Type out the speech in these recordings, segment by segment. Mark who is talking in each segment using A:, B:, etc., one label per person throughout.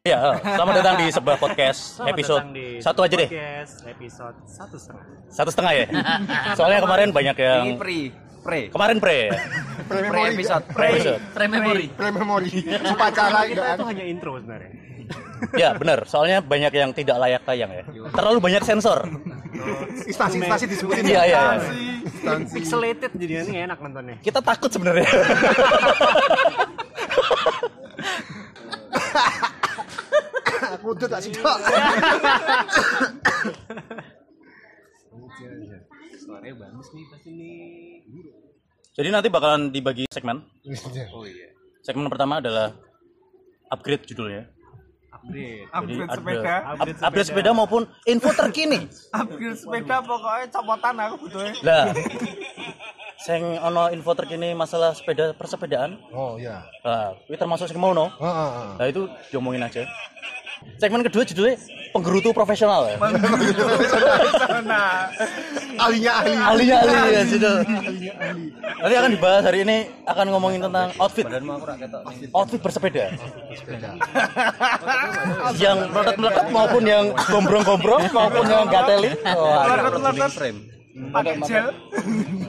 A: Ya, eh. selamat datang di sebuah podcast
B: Selamat
A: episode
B: datang di
A: satu aja deh,
B: Podcast episode satu setengah.
A: satu setengah ya. Soalnya kemarin banyak yang
C: Ini pre, pre,
A: kemarin pre,
C: pre episode, pre.
A: pre episode.
D: Rememori.
E: Pre-memory. Upacara
B: Kita itu
E: gitu. enggak ada.
B: hanya intro sebenarnya.
A: Ya benar, soalnya banyak yang tidak layak tayang ya. Terlalu banyak sensor.
E: Instansi-instansi disebutin. ya?
A: Iya iya. iya.
E: Instansi.
B: Pixelated jadinya ini enak nontonnya.
A: Kita takut sebenarnya.
E: Aku udah tak sidok.
C: Suaranya bagus nih pas ini.
A: Jadi nanti bakalan dibagi segmen.
C: Oh iya.
A: Segmen pertama adalah upgrade judulnya.
B: Upgrade.
A: Jadi
D: Upgrade
A: ada
D: sepeda.
A: up- upgrade sepeda maupun info terkini.
D: Upgrade sepeda pokoknya copotan aku butuh.
A: Lah. Sing ono info terkini masalah sepeda persepedaan.
E: Oh iya. Oh,
A: Nah, itu termasuk sing mau no.
E: Heeh, heeh.
A: Nah itu diomongin aja. Segmen kedua judulnya penggerutu profesional ya.
D: Sana.
E: Ahlinya ahli.
A: Ahlinya ahli ya situ. Nanti akan dibahas hari ini akan ngomongin tentang outfit. Outfit bersepeda. yang melekat-melekat maupun yang gombrong-gombrong maupun yang gateli. Wah,
D: Letet-letet
C: Frame.
D: pakai gel.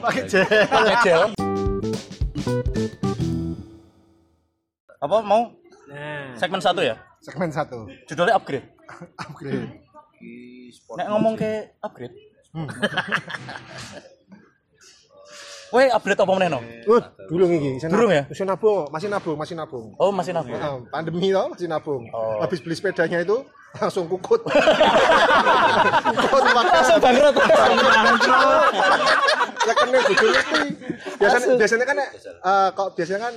A: pakai gel. Pakai gel. Apa mau
B: Nah,
A: segmen satu ya?
E: Segmen 1.
A: Judulnya upgrade.
E: Upgrade.
A: Nek ngomong ke upgrade.
E: Hmm.
A: Weh, upgrade apa meneh no?
E: Uh, durung iki. Isih
A: Durung ya?
E: nab- Isih nabung, masih nabung, masih nabung.
A: Oh, masih nabung.
E: Heeh, pandemi toh masih nabung.
A: Oh.
E: Habis beli sepedanya itu langsung kukut. kukut
A: Langsung bangkrut.
E: Ya kan nek bujur iki. Biasanya biasanya kan nek eh, kok biasanya kan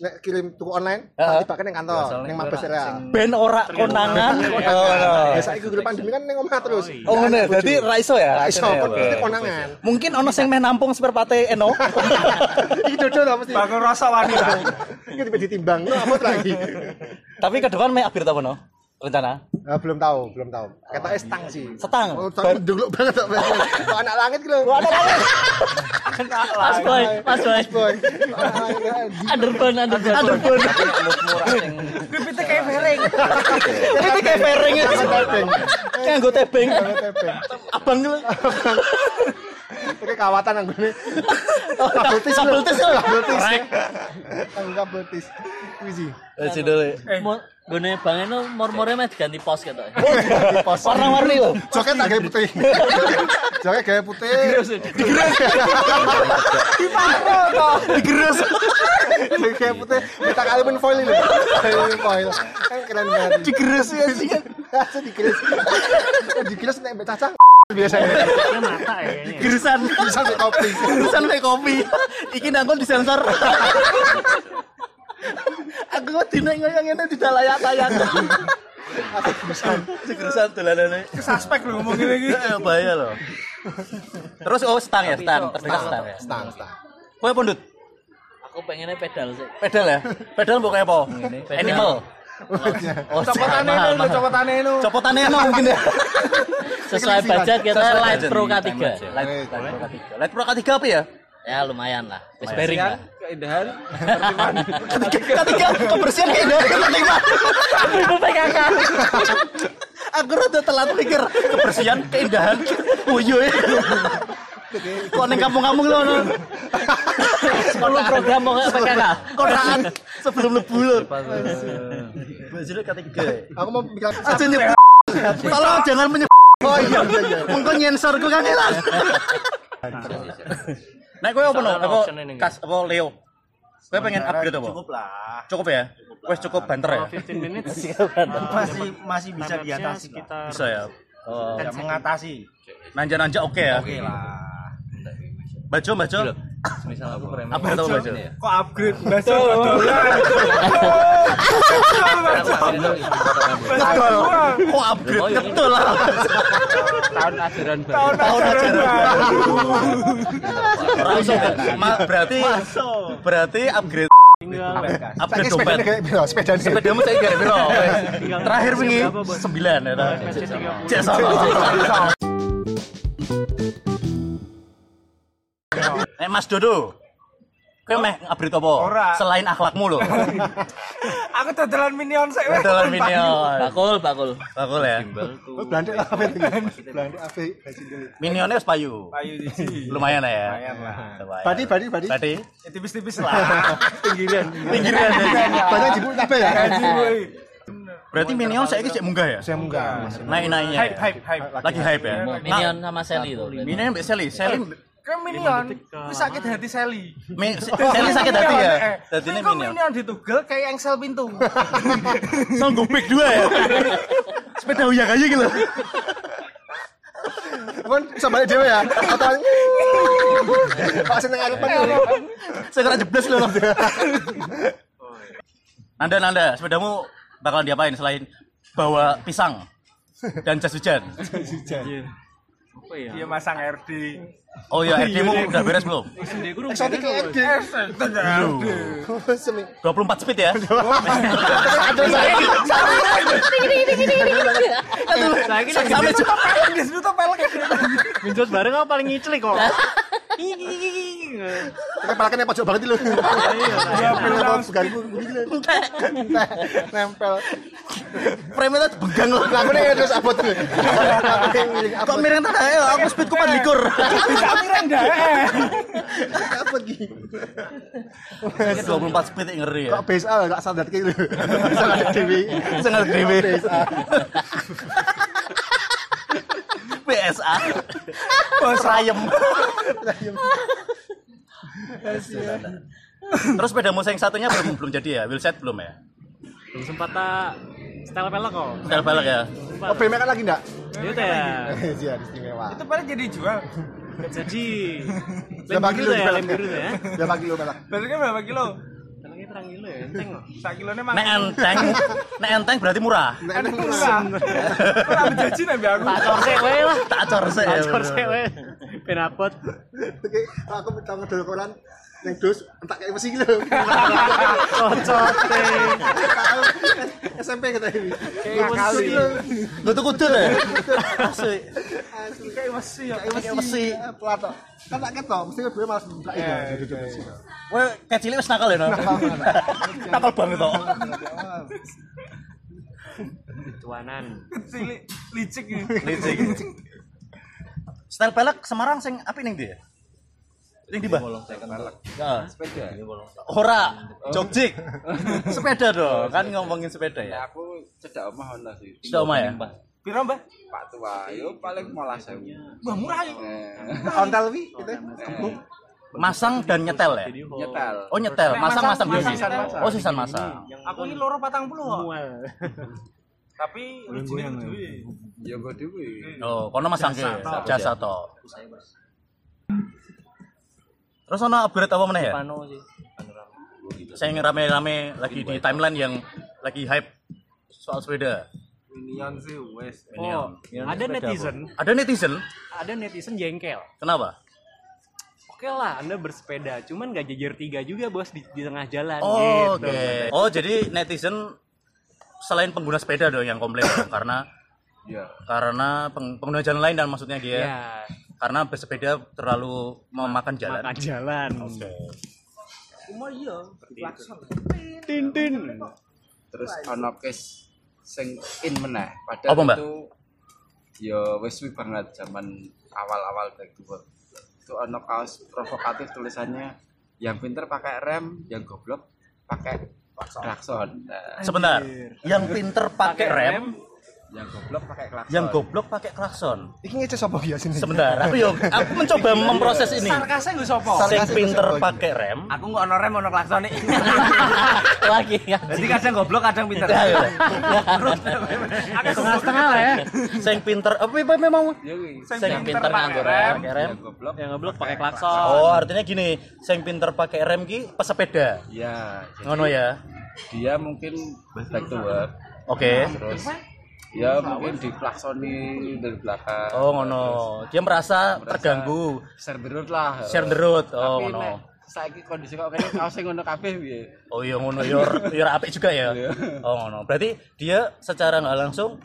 E: nek kirim tuku online,
A: Heeh.
E: tiba kan ning kantor, ning mabes area.
A: ben ora konangan. Oh, no.
E: Ya saiki guru pandemi kan ning omah terus.
A: Oh, ngene. Dadi ra iso ya.
E: Ra iso,
A: Akhirnya,
E: kok
A: oke.
E: konangan.
A: Mungkin ono sing meh nampung spare parte Eno.
E: Iki dodo lah mesti.
D: Bangun rasa wanita.
E: Iki tiba ditimbang, no, apa lagi?
A: Tapi ke depan meh upgrade apa no? Rencana.
E: Ah, belum tahu, belum tahu. Katanya stang sih.
A: Setang.
E: Oh, tapi dulu banget tak bayar. Kok anak langit gitu.
A: Lu ada apa? Pas boy, pas boy.
E: Boy. Anak langit, anjing.
A: Underbone, underbone. Underbone.
D: Pipitik kayak mereng.
A: Itu kayak fairing.
E: Tebing.
A: Kayak gue tebing.
E: Kayak tebing.
A: Abang lu.
E: Oke, kawatan yang gue.
A: Oh,
E: Kabel tis
A: kabel tis lu.
E: Kabel tis. Tanggung kabel tis. Kuwi sih.
A: Eh, judulnya.
F: Gone Bang Eno mor-more meh diganti pos ketok.
A: gitu. Warna-warni loh.
E: Joket tak gaya putih. Joket gaya putih. Digeres.
D: Dipantau toh.
E: Digeres. Joket gaya putih. Kita kalimin foil ini. Kalimin foil. Kan keren banget. Digeres ya sih. Digeres. Digeres Kan nek mbak cacang. Biasanya.
B: Dia mata ya kayaknya.
A: Girisan.
E: Bisa di kopi.
A: Urusan kayak kopi. Iki nangkon disensor. Aku kok dina ngoyong ngene tidak layak tayang. Segurusan dolanane.
D: Kesaspek lu ngomong gini gitu.
A: Eh bahaya loh. Terus oh stang ya, stang. Terdekat stang ya.
E: Stang, stang.
A: Kowe pundut.
F: Aku pengennya pedal sih.
A: Pedal ya. Pedal mbok kayak apa?
F: pedal.
A: Animal.
E: Iya.
A: Oh,
D: Copotane
A: mahal,
D: lu,
A: mahal.
D: copotane lu.
A: Copotannya enak mungkin ya.
F: Sesuai budget kita
A: Sesuai
F: Light
A: budget.
F: Pro K3.
A: Light Light Pro K3. Light Pro K3 apa ya?
F: Ya lumayan lah. Wis bearing lah.
D: Keindahan.
A: Ketiga, ketiga kebersihan kayak dari ketiga.
F: Itu PKK.
A: Aku rada telat mikir kebersihan, keindahan. Uyu. iya, Kok ning kampung-kampung lho ono.
F: Sepuluh program pokoknya PKK.
A: Kontrakan sebelum lebu lho. Bajure ketiga.
E: Aku mau bilang
A: Aja nyebut. Tolong jangan menyebut. Oh iya, mungkin nyensorku kan hilang. iya. Nek kowe apa no?
B: Soalnya
A: Apa
B: optionnya ini.
A: kas apa Leo? Kowe pengen upgrade apa? Cukup lah. Cukup ya? Wes cukup banter ya?
B: 15 minutes. eh,
D: Masih masih bisa
B: Time-lapse-nya
D: diatasi lah.
B: sekitar
A: Bisa ya? Oh.
D: Ya, mengatasi.
A: Nanja-nanja oke ya?
D: Oke lah.
A: Bajo, bajo.
C: Misal aku frame.
A: Apa tau bajo?
D: Kok upgrade baca dolar?
A: Betul. Kok upgrade betul lah.
D: Tahun ajaran
A: Langsung. Ma, berarti berarti upgrade upgrade dompet.
E: Saiki sepedanya kayak piro? Sepedanya.
A: Sepedamu saya gara piro? Terakhir wingi 9 ya. ta? Cek sama. Eh Mas Dodo. Kowe meh upgrade apa?
D: Ora.
A: Selain akhlakmu lho.
D: Aku dodolan minion sik weh.
A: Betul minion.
F: Bakul, bakul.
A: Bakul ya.
E: Oh, Belanda apa itu? Belanda apa? Basi dulu.
A: Minionnya harus payu.
D: Ayu siji.
A: Lumayan lah ya.
D: Lumayan lah.
A: Lumayan.
E: Badi, badi, badi.
A: Tadi
D: Ya, Tipis-tipis lah. Pinggiran.
A: pinggiran ya.
E: Banyak jibuk kabeh ya.
D: Haji woi.
A: Berarti minion saya ini cek munggah ya.
E: Saya munggah.
A: Naik-naiknya. ya?
D: Hype hype hype.
A: Lagi hype ya.
F: Minion sama Sally tuh.
A: Nah, Minion mbek Sally. Sally
D: Kan minion wis sakit hati Sally. Eh,
A: Mi- Sally sakit hati ya. Tadi ini
D: minion.
A: minion.
D: minion ditugel kayak engsel pintu.
A: Songgo pick dua ya. Sepeda uyak aja gitu.
E: Kan bisa balik dhewe ya. Kotoran. Pak seneng arepan lho.
A: Saya kena jeblos loh. Nanda Nanda, sepedamu bakalan diapain selain bawa pisang dan jas hujan?
B: Apa ya?
D: Dia Iya, masang RD.
A: Oh iya, RD-mu udah beres belum?
B: Dia guru
E: Eksotik
B: beneran,
E: LD. Semi.
A: 24 speed ya.
E: Ada saya.
A: Sampai jumpa.
D: Di situ tuh pelek.
B: Boy. Genjot bareng apa paling ngicli kok.
E: Pakai palakannya pojok banget lho.
D: Ya,
E: Nempel
D: pelek.
E: apa bukan begini lho. Nempel.
A: Frame-nya tuh begang loh.
E: Aku nih terus abot lho. Aku nih miring abot.
A: Kok miring tadi? Ayo, aku speedku pan likur.
D: Bisa miren dah. eh.
E: abot gini.
A: 24 speed yang ngeri ya.
E: Kok BSA lah, gak standar kayak gitu? lho. Bisa nggak dewi.
A: Sangat dewe.
E: BSA.
A: PSA. Bos rayem. Terus sepedamu yang satunya belum belum jadi ya? Wheelset belum ya?
B: Belum sempat tak setel pelek kok.
A: Setel balik ya.
E: Oh, BMX kan lagi enggak?
B: Ya udah ya.
E: Iya, istimewa.
D: Itu pelek jadi jual.
B: Jadi
E: Udah
B: lem
E: pagi
B: biru
E: lho
B: tuh ya,
E: pelek.
B: lem biru tuh ya.
E: Udah pagi lho pelek.
D: Baliknya berapa kilo?
B: Peleknya terang gila ya, enteng kok.
D: Sak kilone mang.
A: Nek enteng, nek enteng berarti murah.
E: Nek
D: Enak
E: enak
D: murah. Ora menjanji nek mbak aku.
B: Tak corsek wae lah.
A: Tak acor ya, sih.
B: Tak corsek wae. Penapot.
E: Oke, aku minta ngedol koran neng dus entak kayak mesti lho.
B: Cocot.
E: SMP kata ini.
D: Kayak
E: Asli.
D: mesti.
A: Gue tuh kudel ya. Asli.
E: Asli.
D: Kayak mesti ya.
E: Kayak mesti pelato. Kan tak ketok, mesti gue malas buka
D: Eh,
E: ini. Duduk di sini.
A: Wah, kecilnya wis nakal ya, no. Nakal banget toh.
B: Tuanan.
D: Cilik licik ini.
A: Style pelek Semarang sing api ning dia. Ning di bah. Heeh.
C: Sepeda.
A: Ah. Ora, Jogjik. Sepeda dong, kan ngomongin sepeda ya.
C: Aku cedak omah ono sih.
A: Sudah oma ya.
D: Piro, Mbah?
C: Pak tua, yo paling malah sewu.
D: Mbah murah ya.
C: Eh,
E: Ontel wi gitu.
C: eh,
A: Masang dan nyetel ya.
C: Nyetel.
A: Oh nyetel, masang-masang biasa.
D: Masang, masang, masang.
A: Oh sisan masang.
D: Aku ini loro patang puluh kok.
B: Mual.
D: Tapi original duit.
C: Ya gue dewe.
A: Oh, kono masang ke jasa toh. Terus ono upgrade apa meneh ya?
F: Pano sih.
A: Saya yang rame-rame lagi di timeline yang lagi hype soal sepeda.
D: Minion sih wes.
B: Oh, ada netizen,
A: Ada netizen,
B: ada netizen jengkel.
A: kenapa?
B: Oke lah, Anda bersepeda, cuman gak jejer tiga juga bos di, di tengah jalan
A: Oh,
B: gitu.
A: Oke. Oh, jadi netizen selain pengguna sepeda dong yang komplain dong, karena
C: Ya.
A: karena peng- pengguna jalan lain dan maksudnya dia
B: Ya,
A: karena bersepeda terlalu memakan jalan.
B: makan jalan.
A: Oke.
B: Tin tin.
C: terus ono case sing in meneh
A: Apa,
C: padahal
A: Mbak?
C: itu ya wis suwi banget zaman awal-awal back to work itu ono kaos provokatif tulisannya yang pinter pakai rem yang goblok pakai klakson nah,
A: Sebentar. Yang pinter pakai rem,
C: yang goblok pakai klakson
A: yang goblok pakai klakson.
E: Iki ngece sapa ya sini?
A: Sebentar, aku yo aku mencoba memproses ini.
D: Sarkasnya gue sopo.
A: Sing pinter
E: ya?
A: pakai rem.
D: Aku nggak ono rem ono klakson nih.
A: Iya.
F: Lagi kan.
D: Jadi kadang goblok kadang pinter.
A: Ayo.
B: Setengah-setengah lah ya.
A: Sing pinter apa apa memang
C: ya wis
F: Yang pinter nganggur rem.
A: pakai rem.
C: yang goblok
B: Yang ngeblok pakai klakson.
A: Oh, artinya gini, sing pinter pakai rem ki pesepeda.
C: ya jadi
A: Ngono ya.
C: dia mungkin back to work
A: Oke.
C: terus ya mungkin diklaksoni dari belakang
A: Oh ngono. Dia merasa terganggu.
C: serderut lah
A: Share the road. Oh
C: Eh, Tapi nek
A: ngono.
C: saiki kondisi kok kene kaose ngono kabeh piye?
A: Oh iya ngono ya ya ora apik juga ya.
C: Iya.
A: Oh ngono. Berarti dia secara nggak langsung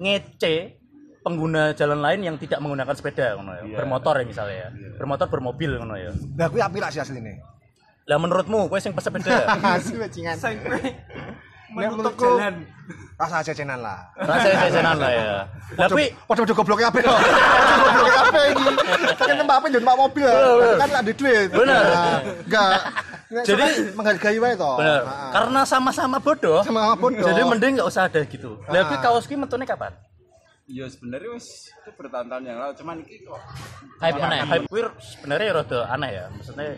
A: ngece pengguna jalan lain yang tidak menggunakan sepeda ngono ya.
C: Iya.
A: Bermotor ya misalnya ya. Bermotor bermobil ngono ya.
E: Lah kuwi apik lah sih asline.
A: Lah menurutmu kowe sing pesepeda
E: Asli wecingan.
D: Sing
B: menutup
E: menurutku-
B: jalan.
E: rasa jajanan lah
A: Rasanya jajanan lah ya. Tapi
E: Waduh-waduh goblok kabeh. Goblok kabeh iki. Kan tempat apa njuk numpak mobil. ya. Kan ada duit.
A: Bener.
E: Nah, Enggak.
A: Jadi-
E: Jadi menghargai wae Nah,
C: Oh,
E: to.
A: bener,
E: Heeh.
A: karena sama-sama bodoh.
E: Sama-sama bodoh.
A: Jadi mending nggak usah ada gitu.
E: Ah.
A: Tapi kaos ki metune kapan?
C: Ya sebenarnya wis itu bertahun-tahun yang lalu cuman iki kok
F: Hype mana ya?
A: Hype queer sebenarnya rada aneh ya. Maksudnya
C: ya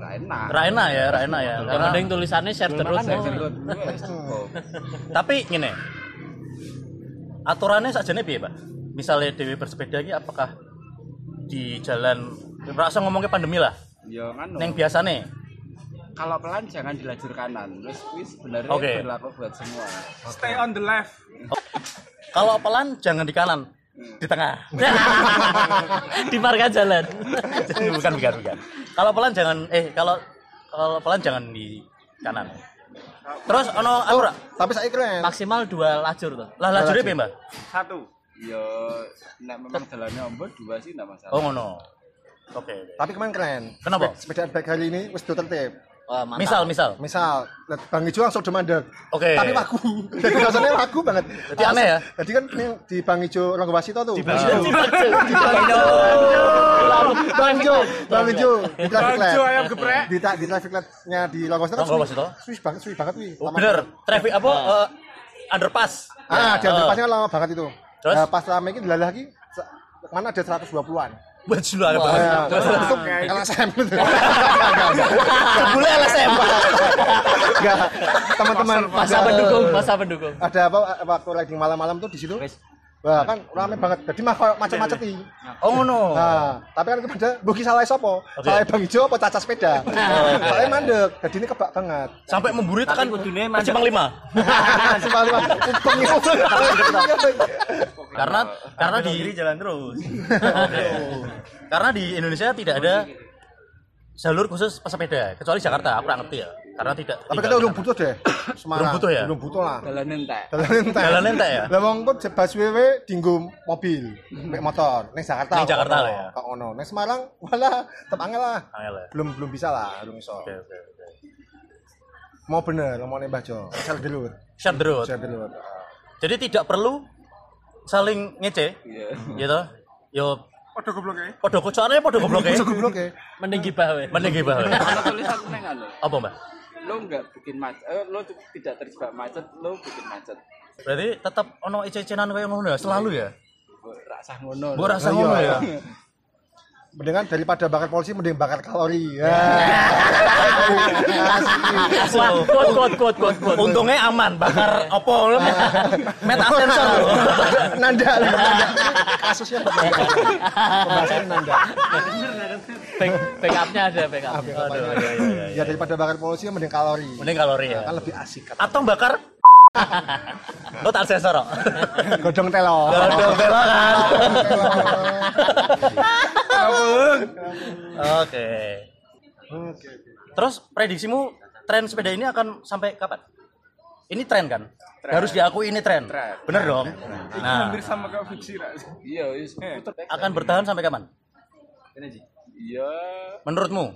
C: ra enak.
A: ra enak ya, ra enak ya.
F: Yang
A: Karena, ya,
F: penting tulisannya share terus.
C: Saya sebut, wis cukup.
A: tapi ngene. Aturannya sajane piye, Pak? Misalnya Dewi bersepeda ini apakah di jalan rasa ngomongnya pandemi lah
C: Ya nganu.
A: neng biasane
C: Kalau pelan jangan di lajur kanan. Terus kuwi sebenarnya
A: Oke.
C: berlaku buat semua.
D: Stay on the left.
A: kalau pelan jangan di kanan di tengah
F: Di marka jalan.
A: bukan bukan bukan kalau pelan jangan eh kalau kalau pelan jangan di kanan terus ono aku ra-
E: Tapi saya keren.
F: Maksimal dua lajur tuh.
A: lah lajure piye mbak
D: Satu.
C: Ya nek memang jalannya ombak dua sih enggak masalah.
A: oh ngono oke oke.
E: Tapi kemarin keren.
A: Kenapa?
E: Sep- Sepedaan bike hari ini wis do tertib.
F: Wah, mantap.
A: misal misal
E: Misal, Bang Ijo langsung demandek.
A: Oke.
E: Tapi laku. Jadi rasanya laku banget.
A: Jadi aneh ya?
E: Jadi kan ini di Bang Ijo Rongkowasi to tuh. Di Bang Ijo. Bang Ijo, Bang Ijo, di traffic light.
D: Jo, ayam geprek.
E: Di ta- di traffic light-nya di Rongkowasi kan.
A: Rongkowasi
E: suwi-
A: to?
E: Suwi banget, suwi banget wih.
A: Oh,
E: Lama
A: bener traffic apa eh, underpass
E: Ah, di
A: Eh,
E: underpassnya lama banget itu.
A: Terus?
E: Nah, pas rame ini dilalah lagi, se- kemana ada 120-an.
A: buat julu ada banget.
E: Nah, terus itu LSM gitu. Enggak, enggak.
A: Boleh LSM
E: Enggak. Teman-teman
F: Masa
E: ada-
F: pendukung, masa pendukung.
E: Ada apa eh, waktu riding malam-malam tuh di situ? Wah, kan rame banget. Jadi mah koyo macet-macet iki.
A: oh ngono
E: Nah, tapi kan kepada buki salah sopo?
A: Oke.
E: Salah Bang Ijo apa caca sepeda? Soalnya mandek. Jadi ini kebak banget.
A: sampai kan memburi tekan ke
D: kudune mandek.
A: Jepang lima
E: Sumpah lima. Kupeng itu.
A: karena karena di jalan terus karena di Indonesia tidak ada jalur khusus pesepeda kecuali Jakarta aku nggak ngerti ya karena tidak
E: Tapi
A: tinggal
E: kita
A: di
E: belum
A: sana.
E: butuh deh. Semarang.
A: Belum butuh ya?
E: Belum butuh lah.
C: Jalan entek.
E: Dalan entek.
A: Dalan entek ya?
E: Lah wong kok bas wewe dinggo mobil, mek motor ning Jakarta.
A: Ning
E: kok
A: Jakarta
E: ono,
A: lah ya.
E: Kok ono. Ning Semarang malah tetep angel lah.
A: Angel ya?
E: Belum belum bisa lah, belum iso.
A: oke oke oke
E: Mau bener, mau nih Mbah Jo. Sel dulur.
A: Share the road.
E: Sel dulur.
A: jadi tidak perlu saling ngece
C: Iya.
A: gitu yo
D: Waduh goblok ae.
A: podo kocokannya podo gobloknya
E: Cuk goblok ya.
F: Mending gibah weh.
A: mending gibah ya.
C: Kalau tulisan neng anu.
A: apa mbak
C: Lo enggak bikin macet, eh, lo tu- tidak terjebak macet, lo bikin macet.
A: berarti tetap ono ece-ecenan kayak ngono ya selalu ya
C: Rasah ngono.
A: gua rasa
E: Iya,
A: ngono ya
E: iya. Mendingan daripada bakar polisi mending bakar kalori. Ya.
F: Wah, kuat kuat kuat kuat kuat.
A: untungnya aman bakar opo met asensor
E: nanda, lagi, nanda. Kasusnya nanda. Pembahasannya nanda.
F: Back, backupnya ada backup.
E: Apa, apa, apa. Ya daripada bakar polisi mending kalori.
A: mending kalori ya
E: Kan lebih asik kan.
A: atau bakar lo tak sensor kok.
E: Godong telo.
A: Aduh, belok kan. Oke.
E: Oke.
A: Terus prediksimu tren sepeda ini akan sampai kapan? Ini tren kan? Harus diakui ini tren. Bener dong. Nah,
D: Hampir sama kayak fiksi Ra.
C: Iya, wis puter back.
A: akan bertahan sampai kapan?
C: Iya,
A: Menurutmu?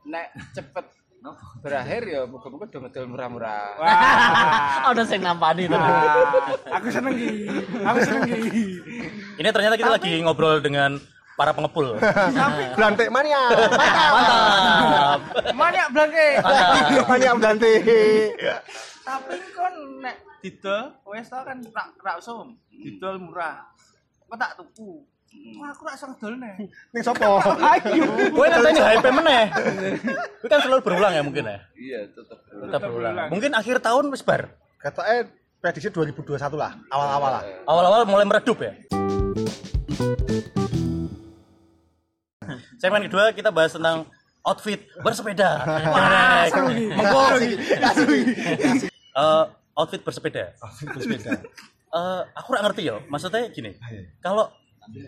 C: nek cepet berakhir ya muga-muga do ngedol murah-murah.
F: Oh, udah sing nampani tuh.
A: Nah.
D: Aku seneng iki. Aku seneng iki.
A: Ini ternyata kita lagi ngobrol dengan para pengepul.
E: Belantik mania.
A: Mantap.
D: Mana blanke?
E: Mania belantik.
D: Tapi kon nek didol wis tau kan rak rak usum. Didol murah. Kok tak tuku. Wah, aku rak sang dolne.
E: Ning sopo?
A: Gue nanti hype meneh. Gue kan selalu berulang ya mungkin ya.
C: Iya, tetep berulang.
A: Tetap berulang. Mungkin akhir tahun wis bar.
E: Katanya eh, prediksi 2021 lah, awal-awal lah.
A: Awal-awal mulai meredup ya. Segmen kedua kita bahas tentang outfit bersepeda. Menarik. Monggo. Eh, outfit bersepeda.
E: Bersepeda.
A: Eh, aku nggak ngerti ya. Maksudnya gini. Kalau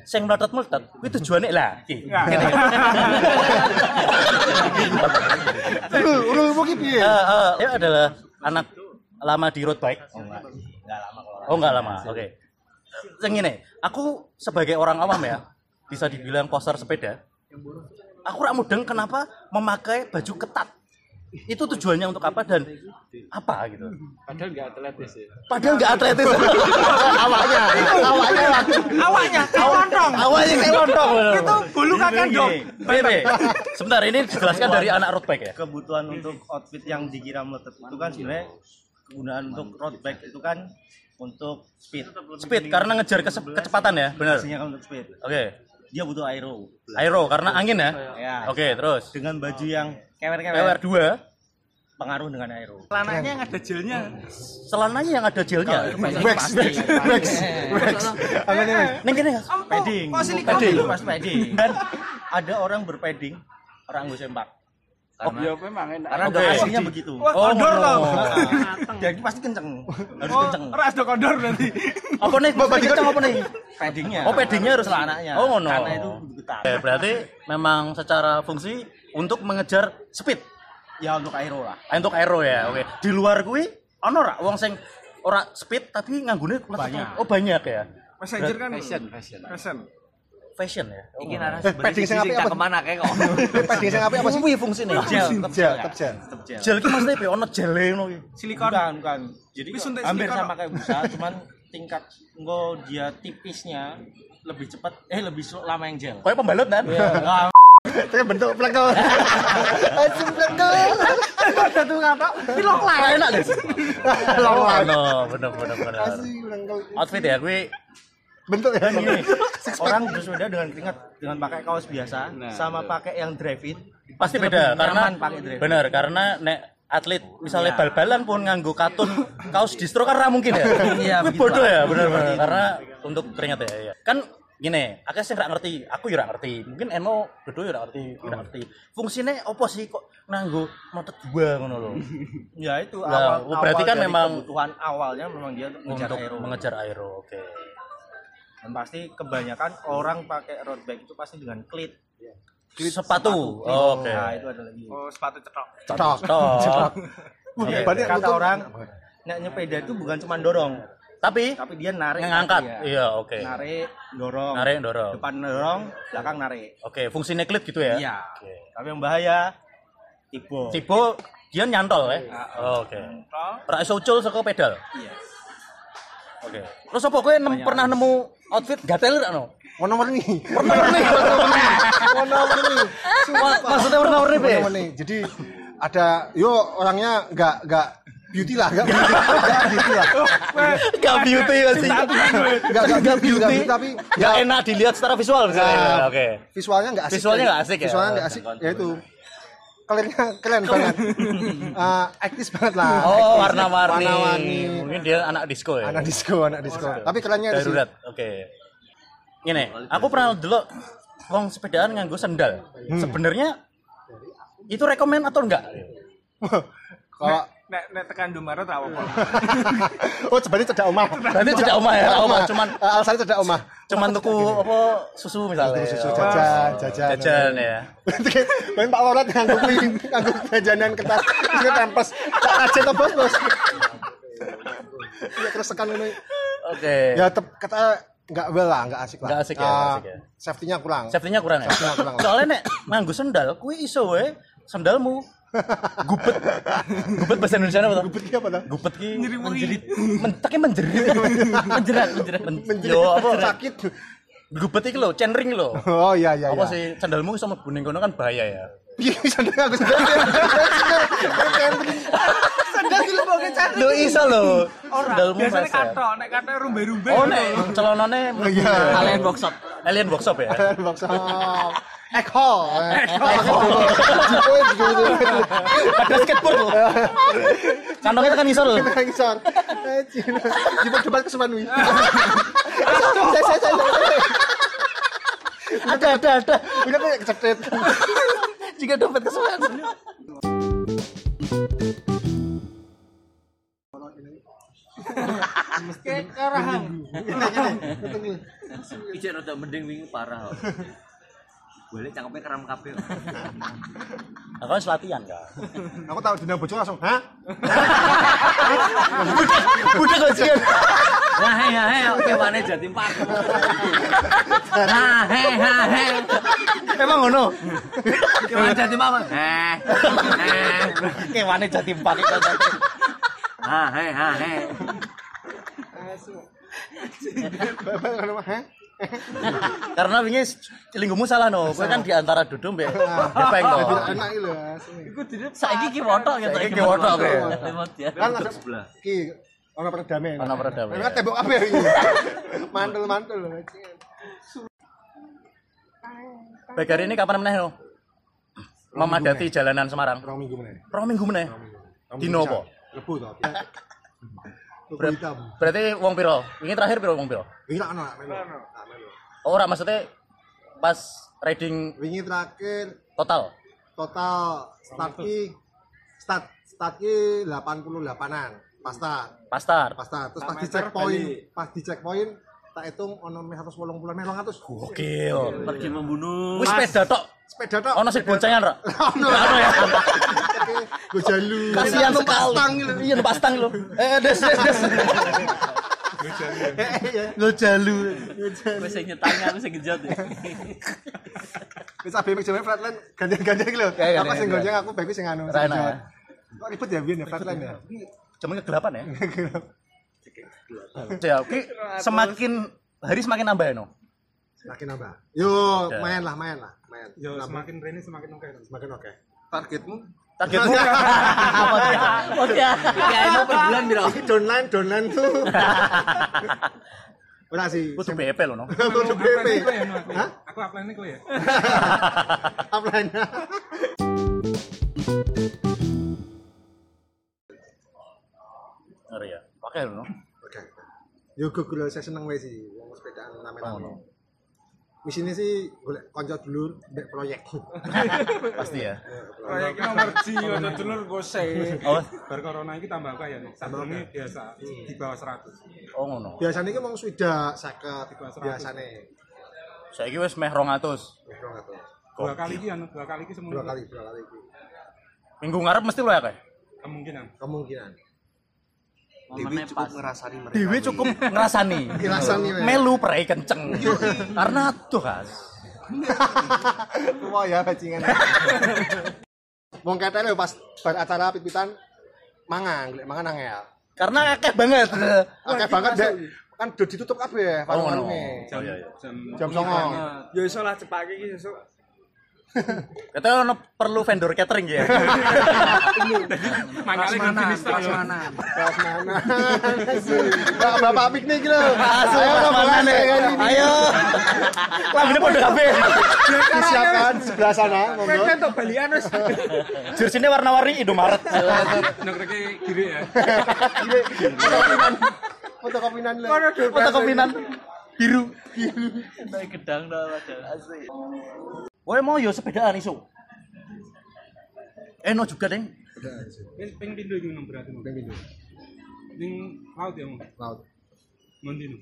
A: sing meletot meletot, itu tujuannya lah. Ki. Gini.
E: Rul, rul mungkin piye?
A: Eh, eh, dia adalah anak lama di road bike. Oh nggak lama, oke. Yang ini, aku sebagai orang awam ya, bisa dibilang poster sepeda. Aku rak mudeng kenapa memakai baju ketat. itu tujuannya untuk apa dan apa gitu
B: Padahal nggak atletis ya.
A: padahal nggak atletis awalnya awalnya
D: Awaknya kayak lontong.
A: awalnya kayak lontong loh.
D: Itu bulu kakek
A: Gini,
D: dong.
A: Bebe, sebentar ini dijelaskan dari anak road bike ya
G: kebutuhan untuk outfit yang dikira meletup itu kan sebenarnya kegunaan untuk road bike itu kan untuk speed
A: speed karena ngejar kese- kecepatan ya benar
G: Isinya kan untuk speed
A: oke
G: dia butuh aero
A: aero karena angin ya
G: ya
A: oke terus
G: dengan baju yang
A: LR
G: kewer-kewer
A: 2
G: pengaruh dengan aero
D: Celananya yang ada jelnya.
A: celananya yang ada gelnya
E: Wax, wax, wax,
A: Eh,
E: wax. Apa nih? Wax?
A: neng gini ya?
D: Empuk.
G: padding
D: Kok silikon
G: padding
D: dulu, Mas?
G: pas padding dan ada orang berpadding orang gue sempak
C: Ya Oh, memang enak.
G: karena
A: Oke.
G: udah aslinya begitu
D: Wah, kondor
A: Oh, ngono.
D: loh.
G: jadi pasti kenceng harus
D: Oh,
G: kenceng
D: ras do kondor nanti.
A: apa nih kenceng apa nih
G: paddingnya
A: Oh, paddingnya harus-
G: celananya
A: Oh, ngono.
G: karena itu getar
A: Oke, berarti memang secara fungsi untuk mengejar speed
G: ya untuk aero lah
A: Ah, untuk aero ya oke di luar kuwi ono ora wong sing ora speed tapi nganggone banyak oh banyak ya
D: Messenger kan.
C: Fashion, fashion.
D: Fashion.
A: fashion ya oh,
F: Iki naras
E: Eh, padding sing apik apa?
F: kemana kayak kok.
E: Eh, Padding sing apik apa sih?
A: kuwi fungsine
G: Gel,
E: Jel, tetep jel.
A: gel iki maksudnya piye ono gele ngono iki
D: Silikon.
G: bukan bukan jadi
D: Wis suntik
G: hampir
D: silikon,
G: sama kayak busa cuman tingkat engko dia tipisnya lebih cepat eh lebih slow lama yang gel
A: koyo pembalut kan
G: Nah,
E: Tapi bentuk plekel. Asem plekel.
D: Ada tuh ngapa? Pilok lah.
A: Ora enak guys
E: Lawan.
A: ono bener bener bener
E: Asli plekel.
A: outfit ya kuwi
E: Bentuk ya.
G: dan gini orang bersepeda dengan keringat dengan pakai kaos biasa
C: Nah,
G: sama
C: betul.
G: pakai yang drive in
A: pasti beda
G: lebih
A: karena
G: nyaman gitu ya. pakai drive
A: bener karena nek atlet
G: Iya.
A: misalnya bal-balan pun nganggo katun kaos distro karena mungkin ya
G: Iya,
A: Kuwi
G: begitu,
A: bodoh
G: Pak. Iya.
A: ya bener bener karena untuk keringat ya iya. kan gini aku sih nggak ngerti aku ya nggak ngerti mungkin Eno bodoh ya nggak ngerti aku nggak ngerti fungsinya apa sih kok nganggo motor dua ngono loh
G: ya itu
A: Nah,
G: awal,
A: berarti
G: awal
A: kan
G: dari
A: memang-
G: kebutuhan awalnya memang dia untuk mengejar
A: untuk
G: aero
A: mengejar aero oke
G: dan pasti kebanyakan orang pakai road bike itu pasti dengan klit
A: sepatu Oh, oke
G: nah itu ada lagi
D: Oh, sepatu cetok.
E: Cetok.
A: Tok.
E: Cetok.
A: Oke.
E: Banyak
G: kata
E: untung.
G: orang nek nyepeda itu bukan cuma dorong
A: tapi
G: tapi dia narik
A: ngangkat
G: kaki ya.
A: iya oke
G: narik dorong
A: narik dorong
G: depan dorong belakang narik
A: oke fungsinya klit gitu ya
G: iya
A: Oke.
G: tapi yang bahaya tibo
A: Tibo dia nyantol ya. Oh, Oke. Ora iso ucul saka pedal.
G: iya
A: Oke. Terus apa kowe nem- pernah nemu outfit gatel ora no?
E: Warna warni.
A: Pernah nih.
E: Warna warni.
A: Maksudnya pernah warna piye?
E: Warna warni. Jadi ada yo orangnya nggak nggak beauty lah, nggak beauty, nggak beauty lah.
A: Gak beauty ya, sih.
E: Nggak nggak nggak beauty, nggak beauty, tapi ya
A: Gak enak dilihat secara visual misalnya.
E: Nah.
A: Oke.
E: visualnya nggak asik.
A: Visualnya nggak asik ya?
E: Visualnya nggak asik. Ya itu. Kaliannya keren banget. Eh, aktif banget lah.
A: Oh, warna-warni.
E: Warna-warni.
A: Mungkin dia anak disco ya.
E: Anak disco, anak disco. Tapi kerennya
A: iya.
E: itu sih.
A: darurat. Oke. Gini, aku pernah dulu wong sepedaan nganggo sendal.
E: Hmm.
A: Sebenarnya itu rekomend atau enggak?
E: Kalau
D: Nek nek tekan Indomaret ra apa-apa.
E: oh sebenarnya cedak omah.
A: Berarti cedak omah ya, omah. Cuman Iya.
E: Eh, alasannya cedak omah.
A: cuman tuku apa susu misalnya.
E: Susu jajan, jajan.
A: jajan ya
E: Main Pak Lorat nganggup nganggup jajanan kertas terus ke tempes. Tak aja to bos bos. Ya terus tekan ini.
A: oke
E: Ya tep, kata nggak well lah, nggak asik lah.
A: Nggak asik ya, nggak asik ya.
E: Eh, Safety-nya kurang.
A: safety-nya kurang ya
E: Safety-nya kurang.
A: soalnya nek nganggo sendal kuwi iso we sendalmu gubet gubet bahasa Indonesia apa tuh
E: Gubet ki apa tuh?
A: gubet ki
D: Nyeri wengi.
A: menjerit mentaknya menjerit menjerat menjerat menjerit yo apa
E: sakit.
A: gubet iki lho cenring lho
E: Oh iya iya.
A: apa
E: iya.
A: sih sendalmu iso mlebu ning kono kan bahaya ya
E: Piye bisa dengar aku sendiri.
D: Sendal dilebokke cari.
A: lho iso lho sendalmu
D: Biasanya
G: ya.
A: meleset.
D: katok, nek katok rumbe-rumbe.
A: oh nek celonane
E: Iya.
F: Kalian workshop.
A: alien workshop ya
E: Workshop. Echo. Echo. Jipoin gitu.
A: ada skateboard lho kantongnya kan ngisor lho
E: Kena ngisor. Eh, Cina. Jipoin debat kesuman wi. Saya saya saya.
A: ada ada ada
E: Udah kayak kecetet.
A: jika dompet kesuwen
F: Iki rada mending wingi parah. kok. Boleh cangkeme keram kabeh. kok.
A: Aku harus latihan kak.
E: Aku tahu dina bocor langsung, "Hah?
A: Budak kok sih.
F: Nah, hei, hei, oke mana jadi park. Nah, hei, hei, hei.
E: Emang ngono?
F: Gimana jadi mama? Heh. Heh.
A: Kewane jatim pakai
F: Ah, hei, ah, hei.
E: Bapak ngono mah. heh?
A: Karena wingi linggumu salah no. Kowe kan di antara dudung mbek
E: Ah.
A: Depeng to.
E: Jadi Enak iki lho. asli.
F: Saiki ki wotok ya
A: Saiki ki wothok, oke.
E: Kan
F: Kan
E: langsung
F: sebelah.
E: Ki ana peredame.
A: Ana peredame.
E: Ana kan tembok kabeh iki. Mantul-mantul lho. bajingan.
A: Begar ini kapan meneh no? Memadati jalanan Semarang.
E: Rong minggu meneh.
A: Rong minggu meneh.
E: Rong
A: Dino
E: minggu
A: apa?
E: bisa. Lebu to. Tuku
A: Ber-
E: hitam.
A: Berarti wong piro? Wingi terakhir piro wong piro?
E: Wingi tak ana tak melu. Tak melu.
A: Ora maksudnya pas riding
E: Wingi terakhir
A: total.
E: total start ki start start ki 88-an pas start
A: Pastar.
E: pas start terus pas di checkpoint pas di checkpoint tak hitung ono meh 180 meh 200
A: Gokil.
F: Pergi membunuh.
A: Iya. Wis sepeda tok.
E: sepeda tok
A: Ono sing boncengan ora?
E: ono
A: Ono ya.
E: go jalu
A: Kasihan sekali. Iya numpak stang lho. Eh des des des. Lo jalu.
F: Wis sing nyetangi aku sing ngejot. ya.
E: wis abe mik jame flatland gantian-gantian iki lho
A: Kayak
E: apa
A: gantian,
E: sing
A: iya.
E: gonceng aku bae sing anu
A: Ra enak
E: sing jawab.
A: ya.
E: kok ribet ya biyen ya flatland ya
A: Cuman kegelapan ya. Ya, oke. Semakin hari semakin nambah ya, no.
E: makin nambah yo
A: Udah.
E: main lah main lah main
H: Yo
E: Nambah.
H: semakin rene semakin oke.
E: semakin oke
C: Targetmu
A: Targetmu apa dia?
F: Oke. Ya, mau per bulan piro?
E: downline downline tuh ora sih
A: Kudu
E: Sing-
A: BP lho, no.
E: Kudu PP.
D: ya,
E: Hah?
H: Aku upline kowe ya.
E: Upline.
A: Ngeri ya. Pakai lho, no.
E: Oke. Yo gue gue saya seneng wae sih wong
A: Oh,
E: sepedaan rame-rame. Misine sih golek kanca dulur ndek proyek.
A: Pasti ya.
H: Proyek nomor ji ono dulur bose.
A: Oh,
H: Bar corona iki tambah akeh ya. Sabunge biasa di bawah 100.
A: oh ngono.
E: Biasane iki wong swidak 50
H: Tiga seratus.
E: biasane.
A: Saiki wis meh 200.
E: Wis rong atus.
H: Dua kali iki anu dua kali iki
E: Dua
H: semono.
E: kali, dua kali iki.
A: Minggu ngarep mesti lho ya, kae.
H: Kemungkinan.
E: Kemungkinan.
C: Dewi cukup ngerasani mereka.
A: Dewi cukup ngerasani.
E: Ngerasani, ya.
A: Melu prei kenceng. Karena aduh, Kas.
E: Wah ya bajingan. Wong kete lho pas bar acara pit-pitan mangan, golek mangan angel.
A: Karena akeh banget.
E: Oke banget dek. Kan do ditutup kabeh
A: Oh, ngono.
E: warung-warunge.
A: Oh, iya, iya.
H: Jam
E: Jam 09.00.
D: Yo iso lah cepake iki sesuk.
A: Katanya ono perlu vendor catering ya.
H: mangkale
D: Prasmanan,
H: jenis
D: prasmanan.
E: Prasmanan. Nah, bapak piknik lho.
A: Asu
E: Ayo,
A: prasmanan
E: Bapak,
A: ya.
E: kali ini.
A: Ayo. Lagune padha kabeh.
E: Disiapkan sebelah sana, monggo.
D: Kan tok balian wis.
A: Jersine warna-warni Indomaret.
H: Ngekreke kiri ya.
E: Fotokopinan. Fotokopinan lho.
D: Ono dulur.
A: Fotokopinan biru.
F: Naik gedang dah ada.
A: Kowe mau yo sepedaan iso. Eh no juga, Deng.
H: Wis ping pindho iki nomor berarti. Ping pindho. Ning laut ya, Mung.
E: Laut.
H: Mundi no.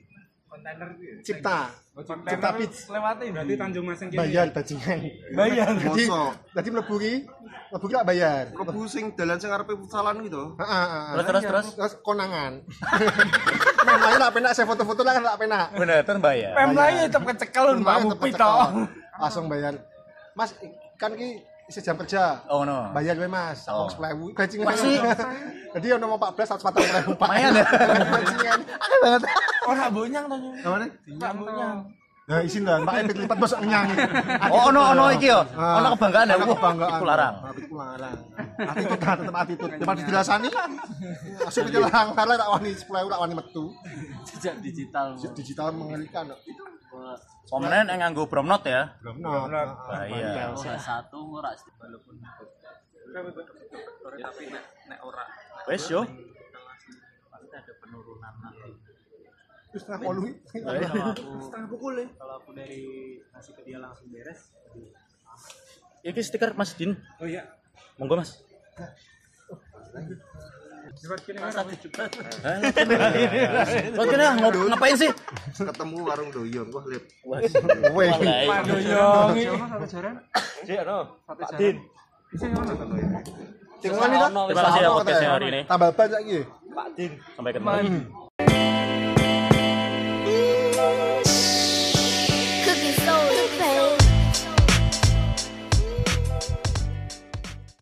E: Cipta. Cipta Beach.
H: Lewati berarti Tanjung Mas yang kiri.
E: Bayar bajingan.
A: Bayar.
E: Jadi
C: Mosok.
E: jadi mlebu ki, mlebu ki tak bayar.
C: Mlebu sing dalan sing arepe futsalan kuwi to.
E: Heeh, heeh.
A: Terus terus terus.
E: Terus konangan. Memangnya tak penak saya foto-foto lah kan tak penak.
A: Bener, ya? ten bayar.
D: Pemlae tetep kecekel Mbak
E: Lumayan
D: Mupi
E: cepet
D: to.
E: kok. Langsung bayar. Mas i- kan ki sejam kerja.
A: Oh no.
E: Bayar gue mas,
A: Oh.
E: oh. sepuluh bajingan.
A: Masih?
E: Jadi yang nomor 14, 140 ribu.
A: Lumayan ya.
E: Bajingan. Aneh banget.
D: Ora bonyang to. Nyu.
E: Namanya?
D: Ora bonyang.
E: Ya isin lah, mbak Ebit lipat bos nyang.
A: Oh ono ono iki yo.
E: Ah.
A: Ono kebanggaan ya.
E: Ada
A: Wah,
E: kebanggaan.
A: Iku larang.
E: Aku larang. Attitude dah tetep attitude. Depan dijelasani kan. Masuk ke jalan karena tak wani 10 tak wani metu.
F: Jejak digital.
E: Digital mengerikan.
A: Komenen yang nganggo bromnot ya.
E: Belum Ah, iya. not.
A: Kan Bahaya.
F: Ora satu ora walaupun
A: Wes yo.
E: Terus tak polu.
H: setengah pukul ya. Kalau aku dari nasi ke dia langsung beres.
A: Iki stiker Mas Din.
H: Oh iya.
A: Monggo Mas.
H: Cepat kene kan.
A: Kok kene ngop- ngapain sih?
C: Ketemu warung doyong wah lep.
A: iya.
E: Weh.
F: iya.
E: Sing wani
F: Ono,
E: kan.
A: Terima kasih ya
E: Tambah
A: ya podcastnya hari ini.
E: Tambal ban saiki.
A: Sampai ketemu.